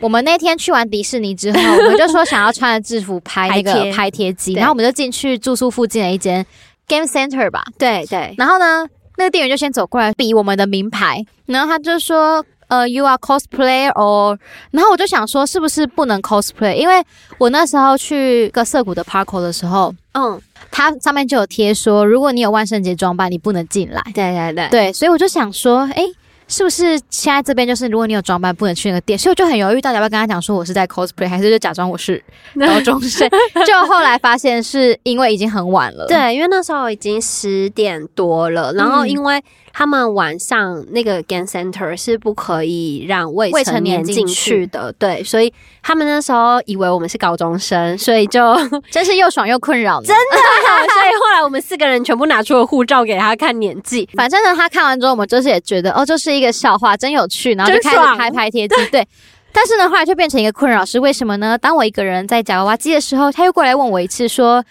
我们那天去完迪士尼之后，我们就说想要穿着制服拍 那拍个贴拍贴机，对然后我们就进去住宿附近的一间 Game Center 吧。对对，然后呢，那个店员就先走过来比我们的名牌，然后他就说。呃、y o u are cosplay or，然后我就想说是不是不能 cosplay？因为我那时候去个涩谷的 Parko 的时候，嗯，它上面就有贴说，如果你有万圣节装扮，你不能进来。对对对，对，所以我就想说，诶，是不是现在这边就是，如果你有装扮，不能去那个店？所以我就很犹豫，到底要不要跟他讲说我是在 cosplay，还是就假装我 是 高中 生？就后来发现是因为已经很晚了，，对，因为那时候已经十点多了，然后因为他们晚上那个 game center 是不可以让未未成成年年进进去去的，对，所以他们那时候以为我们是高中生，所 以就所真是又爽又困扰呢。真以后来我们四个人全部拿出了护照给他看年 纪，反正呢，他看完之后，我们就是也觉得哦，就是一个笑话，真有趣，然后就真开始爽拍拍贴机， 对。但是呢，后来就变成一个困扰，是为什么呢？当我一个人在夹娃娃机的时候，他又过来问我一次，说：“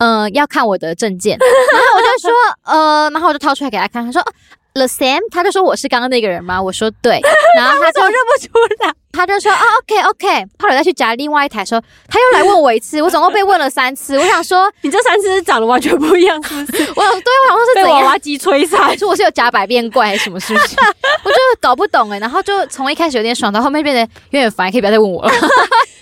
嗯、要看我的证 件。”然后我就说：“呃，然后我就掏出来给他看，他说哦：‘The same。’他就说：‘我是刚刚那个人吗？’我说：‘ 对。’然后他就认不出来，他就说：‘哦，OK OK。’后来再去夹另外一台的时候，他又来问我一次，我总共被问了三次。我想说，你这三只长得完全不一 样，是不是？我想对我想说是被怎样娃？娃机摧残还。是我是有假百变怪还是什么事情？ 我就搞不懂哎、然后就从一开始有点爽，到后面变得有点烦，可以不要再问我了。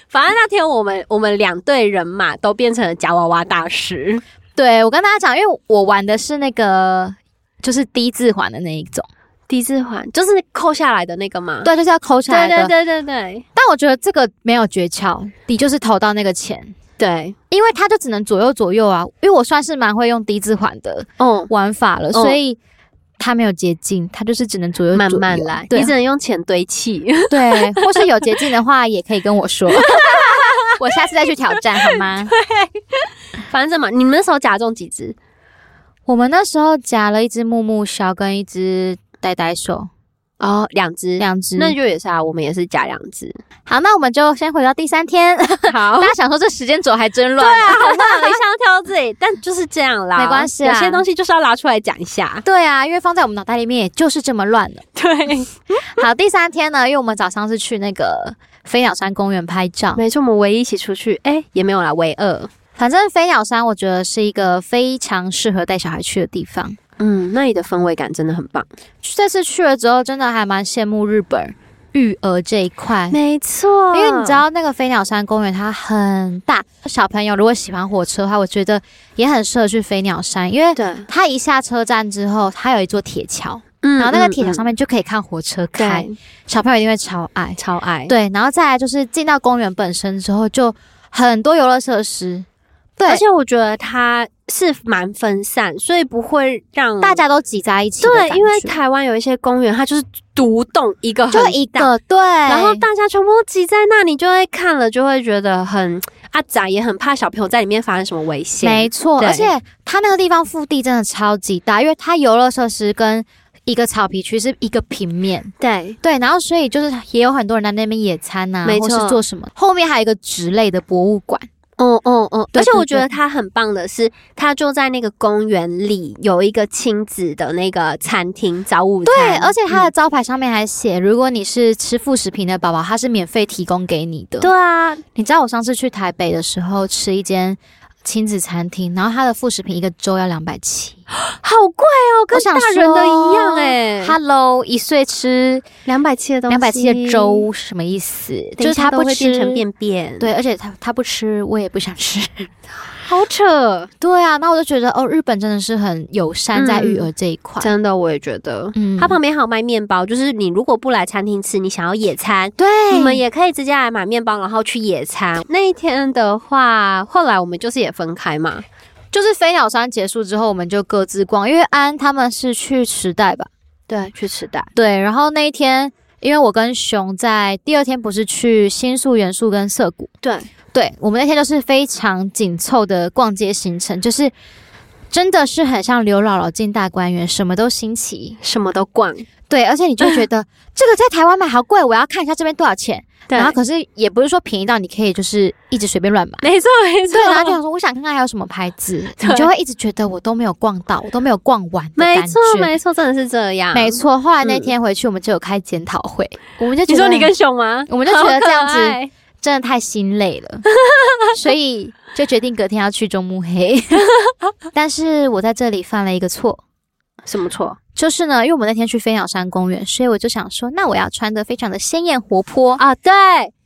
反正那天我们我们两队人马都变成了夹娃娃大师，对我跟大家讲，因为我玩的是那个就是低字环的那一种，第一次环就是扣下来的那个嘛。对，就是要抠起来的。对对对对但我觉得这个没有诀窍，你就是投到那个钱，对，因为它就只能左右左右啊。因为我算是蛮会用低字环的嗯，玩法了，所以。它没有捷径，它就是只能左右左慢右啊慢来，对你只能用钱堆砌。 对，或是有捷径的话，也可以跟我说， 我下次再去挑战好吗？反正嘛，你们那时候夹中几只？我们那时候夹了一只木木枭跟一只呆呆兽，哦，两只。两只。那就也是啊，我们也是夹两只。好，那我们就先回到第三天。 大好 家想说这时间轴还真乱，哦对啊，好乱，一下跳到这里，但就是这样啦，没关系啊有些东西就是要拿出来讲一下。对啊，因为放在我们脑袋里面也就是这么乱的。 对，好，第三天呢，因为我们早上是去那个飞鸟山公园拍照，没错，我们唯一一起出去，哎，也没有啦，唯二。反正飞鸟山我觉得是一个非常适合带小孩去的地方。嗯，那里的氛围感真的很棒。这次去了之后，真的还蛮羡慕日本育儿这一块。没错因为你知道那个飞鸟山公园它很大，小朋友如果喜欢火车的话，我觉得也很适合去飞鸟山，因为对，它一下车站之后，它有一座铁桥，嗯然后那个铁桥上面就可以看火车开，对，小朋友一定会超爱。超爱。对，然后再来就是进到公园本身之后，就很多游乐设施，对而，且我觉得它是蛮分散，所以不会让大家都挤在一起的感嗯对，觉。因为台湾有一些公园，它就是独栋一个，就一。个对，然然后大家全部都挤在那里，就会看了就会觉得很阿仔，也很怕小朋友在里面发生什么危险。没错，对而且它那个地方腹地真的超级大，因为它游乐设施跟一个草皮区是一个平面。对，对，然后所以就是也有很多人在那边野餐呐、没或是错做什么。后面还有一个植类的博物馆，嗯嗯嗯。对而且对我觉对得它很棒的是，它就在那个公园里有一个亲子的那个餐厅早午餐。对，哎而且它的嗯招牌上面还写，如果你是吃副食品的宝宝，它是免费提供给你的。对，啊，你知道我上次去台北的时候吃一间亲子餐厅，然后它的副食品一个粥要两百七。好贵哦，跟我想大人的一说样哎、 Hello，一岁吃两百七的东西，两百七的，粥什么意思？就是它他不不会吃变成便便，，对，而且他他不吃，我也不想吃。 好扯，对啊，那我就觉得哦，日本真的是很友善在育儿这一块。真的，我也觉得。嗯，它旁边还有卖面包，就是你如果不来餐厅吃，你想要野餐，对你们也可以直接来买面包，然后去野餐。那一天的话，后来我们就是也分开嘛，就是飞鸟山结束之后，我们就各自逛，因为安他们是去池袋吧？对，去吃蛋，对，然后那一天，因为我跟熊在第二天不是去新宿、元素跟涩谷，对，对我们那天就是非常紧凑的逛街行程，就是。真的是很像刘姥姥进大观园，什么都新奇。什么都逛，对，而且你就会觉得这个在台湾买好贵，我要看一下这边多少钱。对然后可是也不是说便宜到你可以就是一直随便乱买。没错没错对，，然后就想说，我想看看还有什么牌 子，你对就会一直觉得我都没有逛到，我都没有逛完的没感错觉。没错，真的是这样。没，错，后来那嗯天回去，我们就有开检讨会，我们就觉你得说你跟熊吗？我们就觉得这样子好可爱真的太心累 了，所以就决定隔天要去中目 黑。但是我在这里犯了一个错，什么错就是呢，因为我们那天去飞鸟山公园，所以我就想说，那我要穿的非常的鲜艳活泼。啊？对，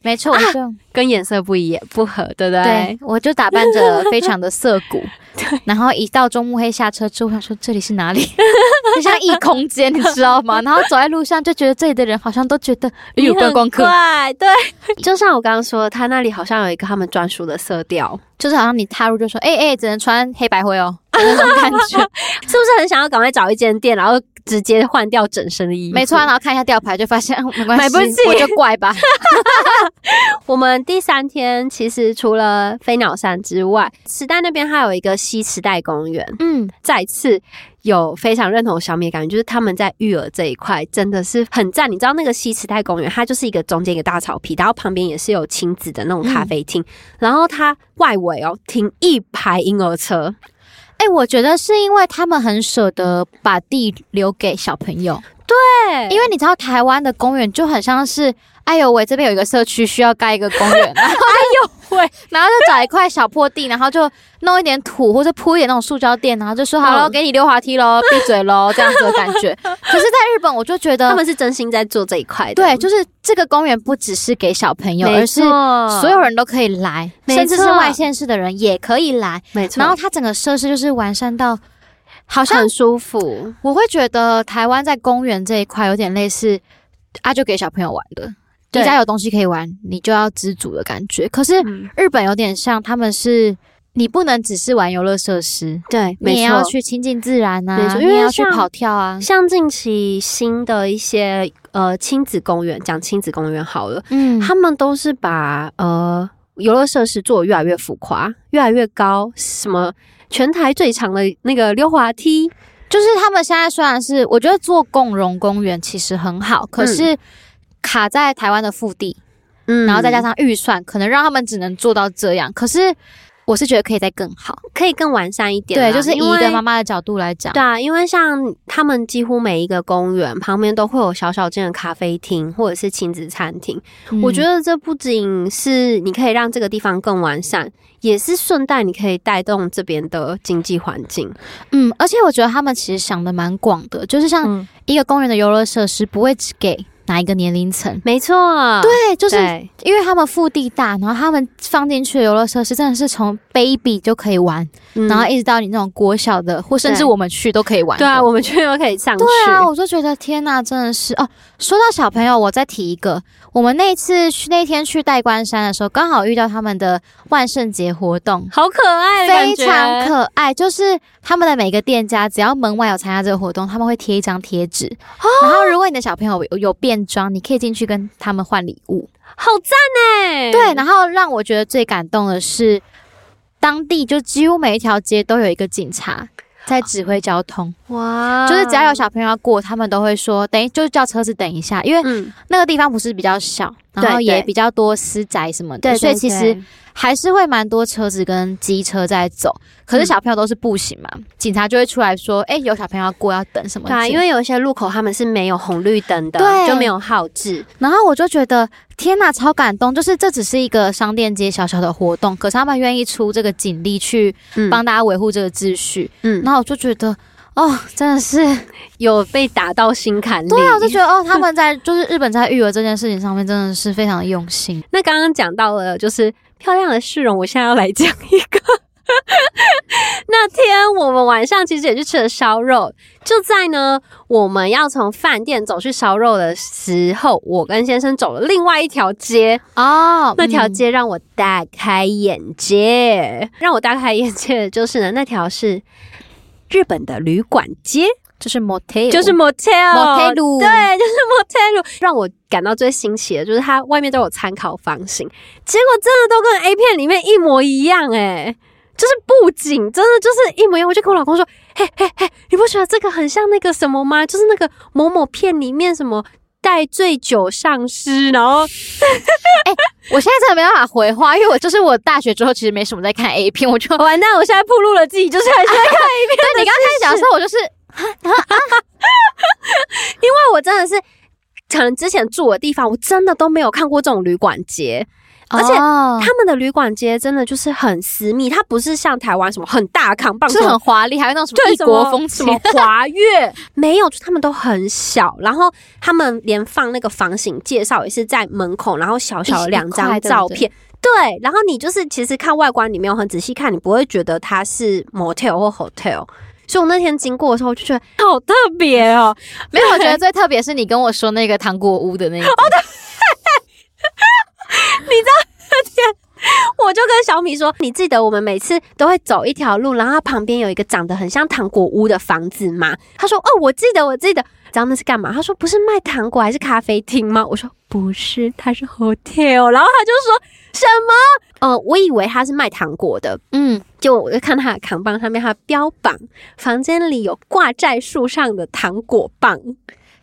没错，我就、跟颜色不一样不合，对不对对？我就打扮着非常的涩 谷。然后一到中目黑下车之后，我想说这里是哪里？ 就像异空间，你知道吗？然后走在路上就觉得这里的人好像都觉得哎呦你很观光客，怪对， 就像我刚刚说，他那里好像有一个他们专属的色调，就是好像你踏入就说哎哎、只能穿黑白灰 哦那种感觉。是不是很想要赶快找一间店，然后直接换掉整身的衣服？没错啊，然后看一下吊牌就发现，哦没关系，买不起我就怪吧。我们第三天其实除了飞鸟山之外，池袋那边还有一个西池袋公园。 嗯，再次有非常认同小米的感觉，就是他们在育儿这一块真的是很赞。你知道那个西池袋公园，它就是一个中间一个大草皮，然后旁边也是有亲子的那种咖啡厅，然后它外围哦停一排婴儿车，哎、我觉得是因为他们很舍得把地留给小朋友，对因因为为你知道台湾的公园就很像是，哎呦喂，这边有一个社区需要盖一个公 园，然后哎呦喂，然后就找一块小坡地，然后就弄一点土或者铺一点那种塑胶垫，然后就说好了，嗯给你溜滑梯喽，闭嘴喽，这样子的感 觉。可是，在日本我就觉他得，们是真心在做这一块的，嗯对，就是这个公园不只是给小朋友，而没是错，所有人都可以来，没甚至是错外县市的人也可以来。没错，然后它整个设施就是完善到，好像很舒服，我会觉得台湾在公园这一块有点类似啊，就给小朋友玩的，你对只要有东西可以玩，你就要知足的感觉。可是嗯，日本有点像，他们是你不能只是玩游乐设施，对，你也没要错。去亲近自然没啊，错你因为也要去像跑跳啊，像近期新的一些呃亲子公园，讲亲子公园好了，嗯，他们都是把呃游乐设施做得越来越浮夸，越来越高，什么全台最长的那个溜滑梯，就是他们现在虽然是我觉得做共融公园其实很好，可是卡在台湾的腹地。嗯然后再加上预算，可能让他们只能做到这样。可是我是觉得可以再更好，可以更完善一点啦，对，就是以啊因一个为妈妈的角度来讲对，啊，因为像他们几乎每一个公园旁边都会有小小间的咖啡厅或者是亲子餐厅，我觉得得这不仅是你可以让这个地方更完善，也是顺带你可以带动这边的经济环境。嗯，而且我觉得他们其实想的蛮广的，就是像嗯，一个公园的游乐设施不会只给哪一个年龄层，没错，对，就是对因为他们腹地大，然后他们放进去的游乐设施真的是从 baby 就可以玩，嗯然后一直到你那种国小的，或甚至对我们去都可以玩的。对啊，我们去都可以上去。对啊，我就觉得天呐，真的是哦。说到小朋友，我再提一个，我们那一次去那天去代官山的时候，刚好遇到他们的万圣节活动。好可爱的非感觉，常可爱，就是他们的每个店家，只要门外有参加这个活动，他们会贴一张贴纸。哦然后，如果你的小朋友有有变装，你可以进去跟他们换礼物。好赞哎！对，，然后让我觉得最感动的是，当地就几乎每一条街都有一个警察在指挥交通。哇就是只要有小朋友要过，他们都会说等一，就是叫车子等一下，因为嗯，那个地方不是比较小，对然后也对比较多私宅什么的，对，所以对其实对啊还是会蛮多车子跟机车在走。可是嗯小朋友都是步行嘛，警察就会出来说，哎、有小朋友要过，要等什么对啊，之类因为有一些路口他们是没有红绿灯的，对就没有号志，然后我就觉得天呐，超感动！就是这只是一个商店街小小的活动，可是他们愿意出这个警力去嗯帮大家维护这个秩序，嗯，然后我就觉得。哦，真的是，有被打到心坎里。对啊，我就觉得哦，他们在就是日本在育儿这件事情上面真的是非常的用心。那刚刚讲到了，就是漂亮的市容，我现在要来讲一个。那天我们晚上其实也去吃了烧肉，就在呢我们要从饭店走去烧肉的时候，我跟先生走了另外一条街，哦，那条嗯街让我大开眼界，让我大开眼界的就是呢，那条是日本的旅馆街，就是 motel，就是 motel motel 路对，就是 motel。让我感到最新奇的就是它外面都有参考房型，结果真的都跟 A 片里面一模一样哎、就是布景真的就是一模一样，我就跟我老公说：“嘿嘿嘿，你不觉得这个很像那个什么吗？就是那个某某片里面什么代醉酒上师，然后我现在真的没办法回话，因为我就是我大学之后其实没什么在看 A 片，我就完蛋，我现在暴露了自己，就是啊还是在看 A 片对你刚开始讲的时候，我就是因为我真的是可能之前住的地方，我真的都没有看过这种旅馆街。而且他他们的旅馆街真的就是很私密，它不是像台湾什么很大扛棒，就是很华丽，还有那种什么对异国风什情么，华乐， 没有，就他们都很小，然后他们连放那个房型介绍也是在门口，然后小小的两张照片。对，然后你就是其实看外观，你没有很仔细看，你不会觉得它是 motel 或 hotel。所以我那天经过的时候，我就觉得好特别哦。没有，我觉得最特别是你跟我说那个糖果屋的那个，我就跟小米说，你记得我们每次都会走一条路，然后它旁边有一个长得很像糖果屋的房子吗？他说，哦，我记得，我记得。知道那是干嘛？他说不是卖糖果还是咖啡厅吗？我说不是，它是 hotel。然后他就说什么？呃，我以为他是卖糖果的，嗯，就我就看他的扛棒上面，他标榜房间里有挂在树上的糖果棒。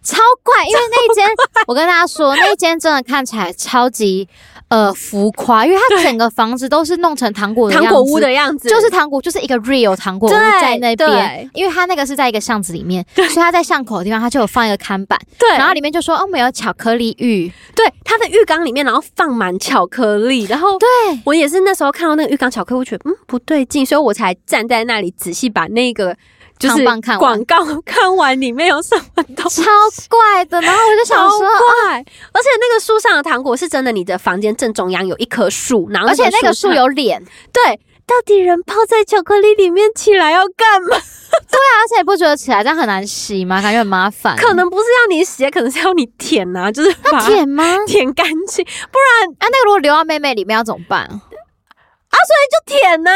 超怪，因为那一间我跟大家说，那一间真的看起来超级呃浮夸，因为它整个房子都是弄成糖果的糖样果子屋的样子，就是糖果，就是一个 real 糖果屋对在那对边，因为它那个是在一个巷子里面，所以它在巷口的地方，它就有放一个看板，对，然后里面就说哦，我们有巧克力浴，对它的浴缸里面，然后放满巧克力，然后对，我也是那时候看到那个浴缸巧克力，我觉得嗯不对劲，所以我才站在那里仔细把那个就是扛棒看完广告看完里面有什么 东西超。怪的。然后我就想超说，怪！而且那个树上的糖果是真的，你的房间正中央有一棵树，然后而且那个树上有脸，对对，到底人泡在巧克力里面起来要干嘛？啊，而且你不觉得起来这样很难洗吗？感觉很麻烦。可能不是要你洗，可能是要你舔啊， 就是把它舔吗？舔干净，啊，那个如果流到妹妹里面要怎么办？就舔呐、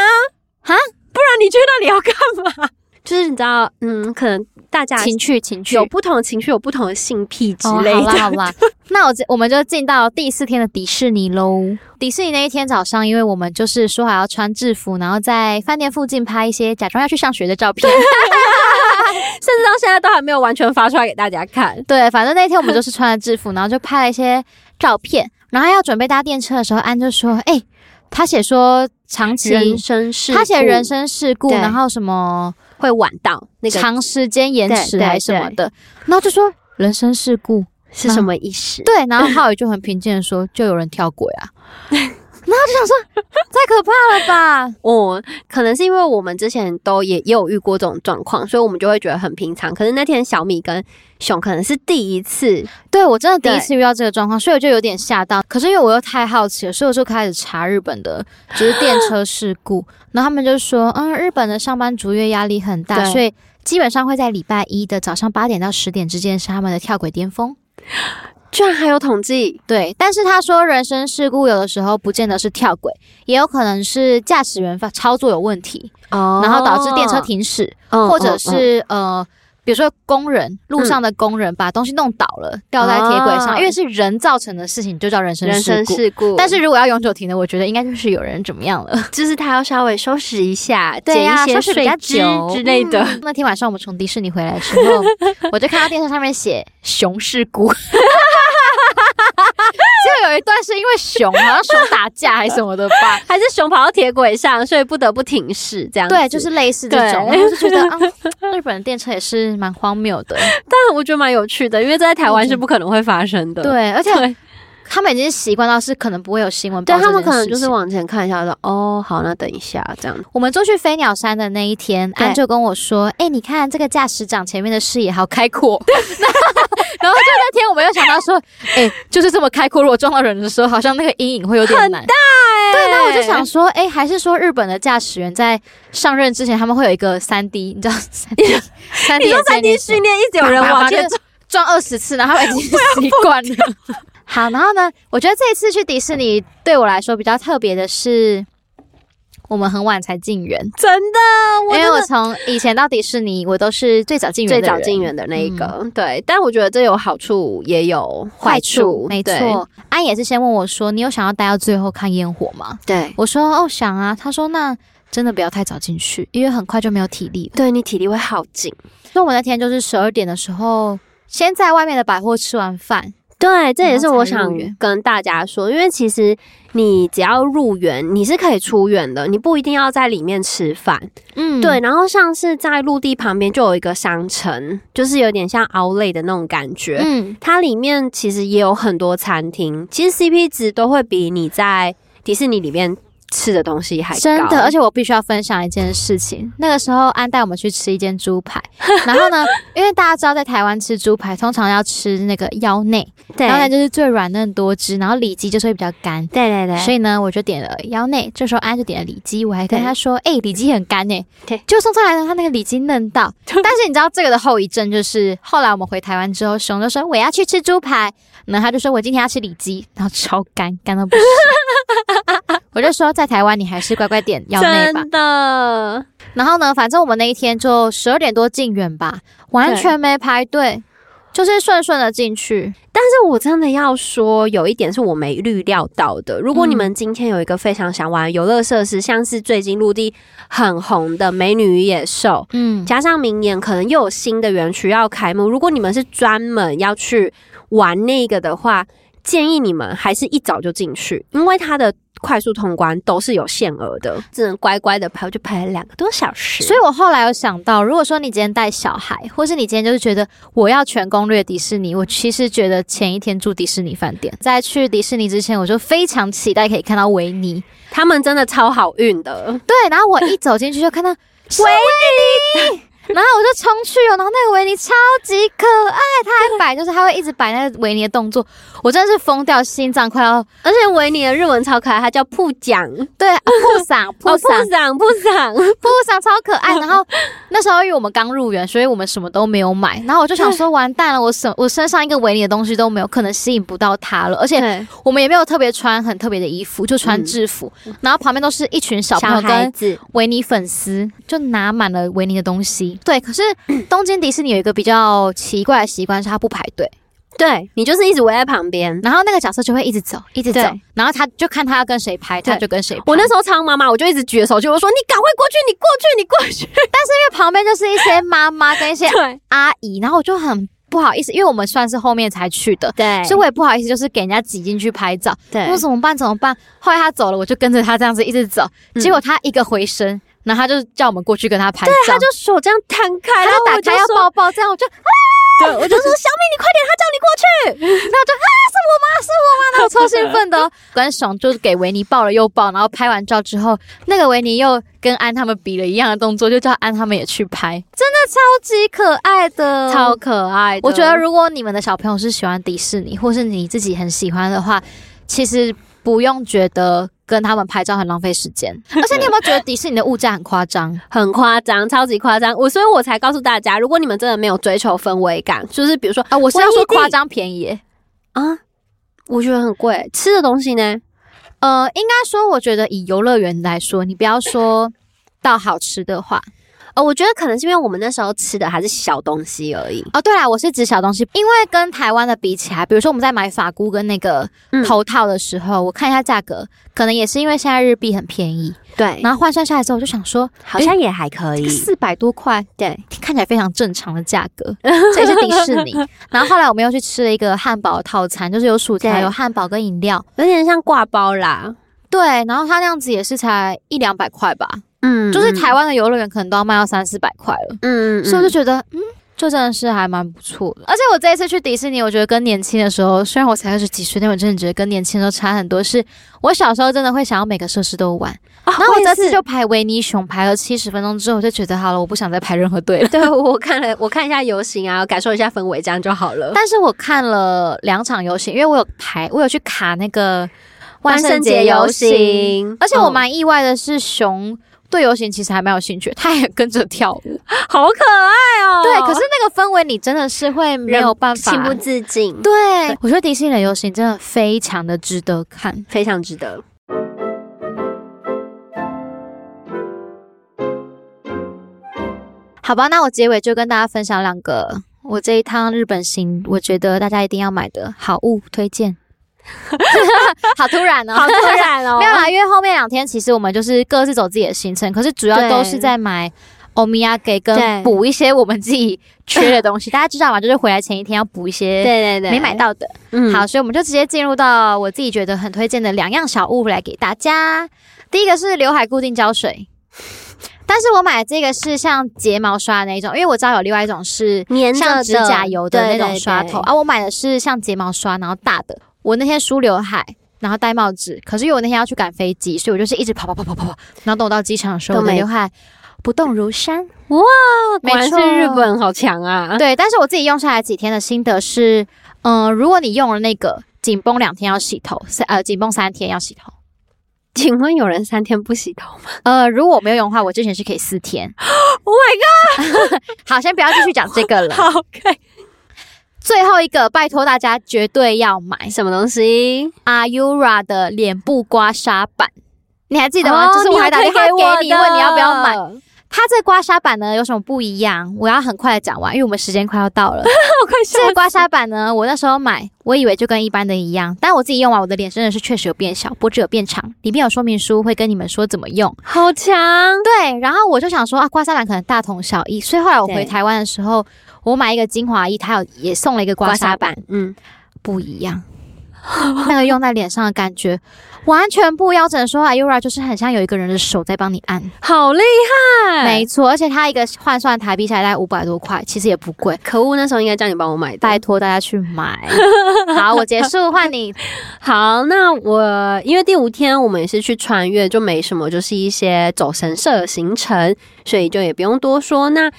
哈不然你去那里要干嘛？ 就是你知道，嗯，可能大家情趣情趣有不同的情绪，有不同的性癖之哦类好的。啦好啦， 那我这我们就进到第四天的迪士尼喽。迪士尼那一天早上，因为我们就是说好要穿制服，然后在饭店附近拍一些假装要去上学的照片。 甚至到现在都还没有完全发出来给大家看。对，反正那天我们就是穿了制服， 然后就拍了一些照片。然后要准备搭电车的时候，安就说：“哎、他写说长期，人生是他写人生事故，对然后什么会晚到，那个长时间延迟对对还是什么的，然后就说人生事故。”是什么意思？对，然后浩宇就很平静的说：“就有人跳轨 啊。”然后就想说，太可怕了吧？哦，可能是因为我们之前都也也有遇过这种状况，所以我们就会觉得很平常。可是那天小米跟熊可能是第一次，对我真的第一次遇到这个状况，所以我就有点吓到。可是因为我又太好奇了，所以我就开始查日本的，就是电车事故。然后他们就说，嗯，日本的上班族因为压力很大，对所以基本上会在礼拜一的早上八点到十点之间是他们的跳轨巅峰。居然还有统计，对，但是他说人身事故有的时候不见得是跳轨，也有可能是驾驶员发操作有问题，哦然后导致电车，停驶。嗯或者是、呃，比如说工人路上的工人把东西弄倒了，掉在铁轨上，啊因为是人造成的事情，就叫人身人事生故。事故，但是如果要永久停的，我觉得应该就是有人怎么样了，就是他要稍微收拾一下，对啊呀、说呀、一些是睡比较姿久之类的。嗯那天晚上我们从迪士尼回来的时候，我就看到电视上面写“熊事故”， 就有一段是因为熊，好像熊打架还是什么的吧。还是熊跑到铁轨上，所以不得不停驶，这样子对，就是类似这种，对然后就觉 得啊，日本的电车也是蛮荒谬的。但我觉得蛮有趣的，因为这在台湾是不可能会发生的。对，而且嗯 对，他们已经习惯到是可能不会有新闻报对这件他事情。们可能就是往前看一下，说哦，好，那等一下这样。我们就去飞鸟山的那一天，对安就跟我说：“哎、你看这个驾驶长前面的视野好开阔。” 然后就那天我们又想到说：“ 哎、就是这么开阔，如果撞到人的时候，好像那个阴影会有点难。”大。对，啊那我就想说，欸哎、还是说日本的驾驶员在上任之前，他们会有一个三 D，你知道三 D 三 D 哎你说三 D 训练一直有人往前走，撞二十次，然后已 经习惯了。 好，然后呢，我觉得这一次去迪士尼对我来说比较特别的是，我们很晚才进园，真的，我因真为我的从以前到迪士尼，我都是最早进园最的人，早进园的那嗯一个。对，但我觉得这有好处也有坏处处，，没对。错。安也是先问我说：“你有想要待到最后看烟火吗对？”，我说：“哦，想啊。”他说：“那真的不要太早进去，因为很快就没有体力了。对你体力会耗尽。”所以我们那天就是十二点的时候先在外面的百货吃完饭，对，这也是我然后才想入园跟大家说，因为其实你只要入园，你是可以出园的，你不一定要在里面吃饭。嗯对，，然后像是在陆地旁边就有一个商城，就是有点像熬累的那种感觉。嗯，它里面其实也有很多餐厅，其实 CP 值都会比你在迪士尼里面吃的东西还高。真的，而且且我必须要分享一件事情。那个时候，安带我们去吃一间猪排，然后呢，因为大家知道在台湾吃猪排，通常要吃那个腰内，对腰内就是最软嫩多汁，然后里脊就是会比较干。对对对，所以呢，我就点了腰内，这时候安就点了里脊，我还跟对他说：“哎、里脊很干哎、对就送上来呢，他那个里脊嫩 到。但是你知道这个的后遗症就是，后来我们回台湾之后，熊就说我要去吃猪排，然后他就说我今天要吃里脊，然后超干，干到不行。 我就说在台湾你还是乖乖点腰内吧。真的，然后呢，反正我们那一天就十二点多进园吧，完全没排队，就是顺顺的进去。但是我真的要说，有一点是我没预料到的。如果你们今天有一个非常想玩游乐设施，像是最近陆地很红的《美女与野兽》，嗯，加上明年可能又有新的园区要开幕，如果你们是专门要去玩那个的话，建议你们还是一早就进去，因为它的快速通关都是有限额的，只能乖乖的排，我就排了两个多小时。所以我后来有想到，如果说你今天带小孩，或是你今天就是觉得我要全攻略迪士尼，我其实觉得前一天住迪士尼饭店，在去迪士尼之前，我就非常期待可以看到维尼。他们真的超好运的，对，然后我一走进去就看到是维尼，然后我就冲去哦，然后那个维尼超级可爱，他还摆就是他会一直摆那个维尼的动作，我真的是疯掉，心脏快要而且维尼的日文超可爱，它叫铺奖，对啊扑嗓扑哦，铺嗓奖铺奖，瀑布上超可 爱。然后那时候因为我们刚入园，所以我们什么都没有买。然后我就想说，完蛋了，我身我身上一个维尼的东西都没有，可能吸引不到他了。而且 对，我们也没有特别穿很特别的衣服，就穿制服。然后旁边都是一群嗯小朋友孩跟子，维尼粉丝，就拿满了维尼的东西。对，可是东京迪士尼有一个比较奇怪的习惯，是他不排队。对你就是一直围在旁边。然后那个角色就会一直走，一直走对，然后他就看他要跟谁拍，他对就跟谁拍。我那时候超妈妈，我就一直举着手机，我说你赶快过去，你过去，你过去。因为旁边就是一些妈妈跟一些对阿姨，然后我就很不好意思，因为我们算是后面才去的，对，所以我也不好意思，就是给人家挤进去拍照。对我说怎么办？怎么办？后来他走了，我就跟着他这样子一直走，嗯结果他一个回身，然后他就叫我们过去跟他拍照，他就手这样摊他开，然后就打我就开要说，抱抱，这样我就 对，我就说小米，你快点，他叫你过去。啊 然后超兴奋的、哦，跟爽就是给维尼抱了又抱，然后拍完照之后，那个维尼又跟安他们比了一样的动作，就叫安他们也去拍，真的超级可爱的，超可爱的。我觉得如果你们的小朋友是喜欢迪士尼，或是你自己很喜欢的话，其实不用觉得跟他们拍照很浪费时 间。而且你有没有觉得迪士尼的物价很夸张？很夸张，超级夸张。我所以我才告诉大家，如果你们真的没有追求氛围感，就是比如说啊，我是要我一说定夸张便宜耶。啊，我觉得很贵，吃的东西呢，呃，应该说，我觉得以游乐园来说，你不要说到好吃的话，呃，我觉得可能是因为我们那时候吃的还是小东西而已。哦，对啦，我是指小东西，因为跟台湾的比起来，比如说我们在买法箍跟那个嗯头套的时候，我看一下价格，可能也是因为现在日币很便宜，对，然后换算下来之后，我就想说，好像也还可以。四百多块，对，看起来非常正常的价格，这也是迪士 尼。然后后来我们又去吃了一个汉堡套餐，就是有薯条、对有汉堡跟饮料。有点像挂包啦。对，然后它那样子也是才一两百块吧，嗯就是台，湾的游乐园可能都要卖到三四百块了，嗯所以我就觉得，嗯，就真的是还蛮不错的。而且我这一次去迪士尼，我觉得跟年轻的时候，虽然我才二十几岁，但我真的觉得跟年轻的时候差很多。是我小时候真的会想要每个设施都玩，然啊然后我这次就排维尼熊排了七十分钟之后，我就觉得好了，我不想再排任何队了。对我看了，我看一下游行啊，感受一下氛围，这样就好了。但是我看了两场游行，因为我有排，我有去卡那个万圣节游哦行，，而哦且我蛮意外的是，熊对游行其实还蛮有兴趣，他也跟着跳舞。好可爱哦。对，可是那个氛围你真的是会没有办法情不自禁，对，我觉得迪士尼的游行真的非常的值得看。非常值 得。好吧，那我结尾就跟大家分享两个我这一趟日本行，我觉得大家一定要买的好物推 荐。 好突然哦，好突然哦没有啦，因为后面两天其实我们就是各自走自己的行程，可是主要都是在买欧米亚给跟对补一些我们自己缺的东西，大家知道吗？就是回来前一天要补一对些对对，没买，到的。嗯，好，所以我们就直接进入到我自己觉得很推荐的两样小物来给大家。第一个是刘海固定胶水，但是我买的这个是像睫毛刷那一种，因为我知道有另外一种是粘着像指甲油的那对种对刷对哦头啊，我买的是像睫毛刷，然后大的。我那天梳刘海，然后戴帽子，可是因为我那天要去赶飞机，所以我就是一直跑跑跑跑跑跑，然后等我到机场的时候，都我的没刘海不动如山。果然没错是日本好强啊！对，但是我自己用下来几天的心得是，嗯、如果你用了那个紧绷两天要洗头，三呃紧绷三天要洗头。请问有人三天不洗头吗呃，如果我没有用的话，我之前是可以四天。 ？Oh my 好，先不要继续讲这个了。 god！好看，最后一个，拜托大家绝对要买什么东西？ Ayura 的脸部刮痧板，你还记得吗？哦就是我还打电话给你有推你给我的问你要不要买。它这刮痧板呢有什么不一样？我要很快的讲完，因为我们时间快要到 了。我快笑这死个刮痧板呢，我那时候买，我以为就跟一般的一样，但我自己用完，我的脸真的是确实有变小，脖子有变长。里面有说明书会跟你们说怎么用。好强！对，然后我就想说啊，刮痧板可能大同小异，所以后来我回对台湾的时候，我买一个精华液，它有也送了一个刮痧板，，嗯，不一样。那个用在脸上的感觉完全不一样，只能说 Ayura 就是很像有一个人的手在帮你按，好厉害！没错，而且它一个换算台币下来大概五百多块，其实也不贵，可恶，那时候应该叫你帮我买的。拜托大家去买。好，我结束，换你好，那我因为第五天我们也是去穿越，就没什么，就是一些走神社的行程，所以就也不用多说。那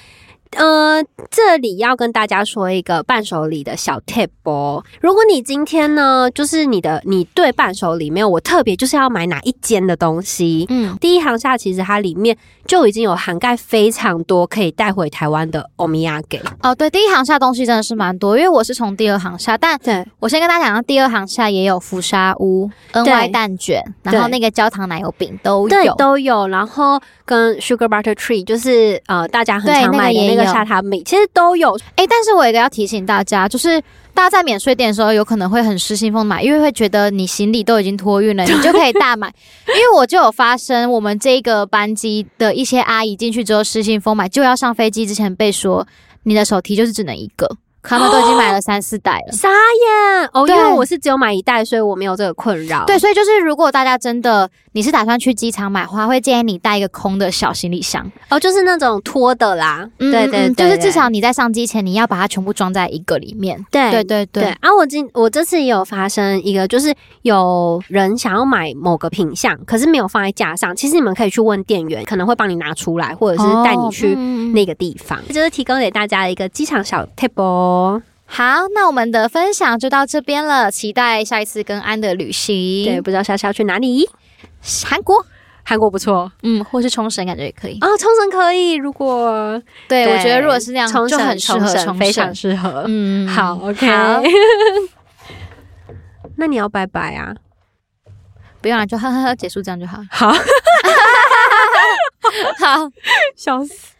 呃，这里要跟大家说一个伴手礼的小 tip 哦。如果你今天呢，就是你的你对伴手礼没有我特别就是要买哪一间的东西，嗯，第一行下其实它里面就已经有涵盖非常多可以带回台湾的欧米亚给。哦，对，第一行下东西真的是蛮多，因为我是从第二行下，但对，我先跟大家讲，第二行下也有福沙屋、N Y 蛋卷，然后那个焦糖奶油饼都对有。都有，然后跟 Sugar Butter Tree 就是呃大家很对那常个买的也那个有沙塔米，其实都有。哎、但是我有一个要提醒大家，就是大家在免税店的时候，有可能会很失心疯买，因为会觉得你行李都已经托运了，你就可以大 买。因为我就有发生，我们这个班机的一些阿姨进去之后失心疯买，就要上飞机之前被说你的手提就是只能一个，可他们都已经买了三四袋了。傻眼哦，因对为我是只有买一袋，所以我没有这个困扰。对，，所以就是如果大家真的你是打算去机场买花，会建议你带一个空的小行李箱。哦，就是那种拖的啦。嗯对嗯对嗯对，就是至对少你在上机前，你要把它全部装在一个里面。对对对对，对啊，我今我这次也有发生一个，就是有人想要买某个品相，可是没有放在架上。其实你们可以去问店员，可能会帮你拿出来，或者是带你哦去嗯嗯嗯那个地方。这就是提供给大家一个机场小 tip 哦。好，那我们的分享就到这边了，期待下一次跟安的旅对，行。不知道莎莎要去哪里？韩国，韩国不错。嗯，或是冲绳，感觉也可以。啊、冲绳可以。如果对，对我觉得如果是那样，冲就绳很适合冲冲非绳常。适合。嗯好，OK。好 那你要拜拜啊？不 用了，就呵呵呵，结束这样就好。好， 好。笑死。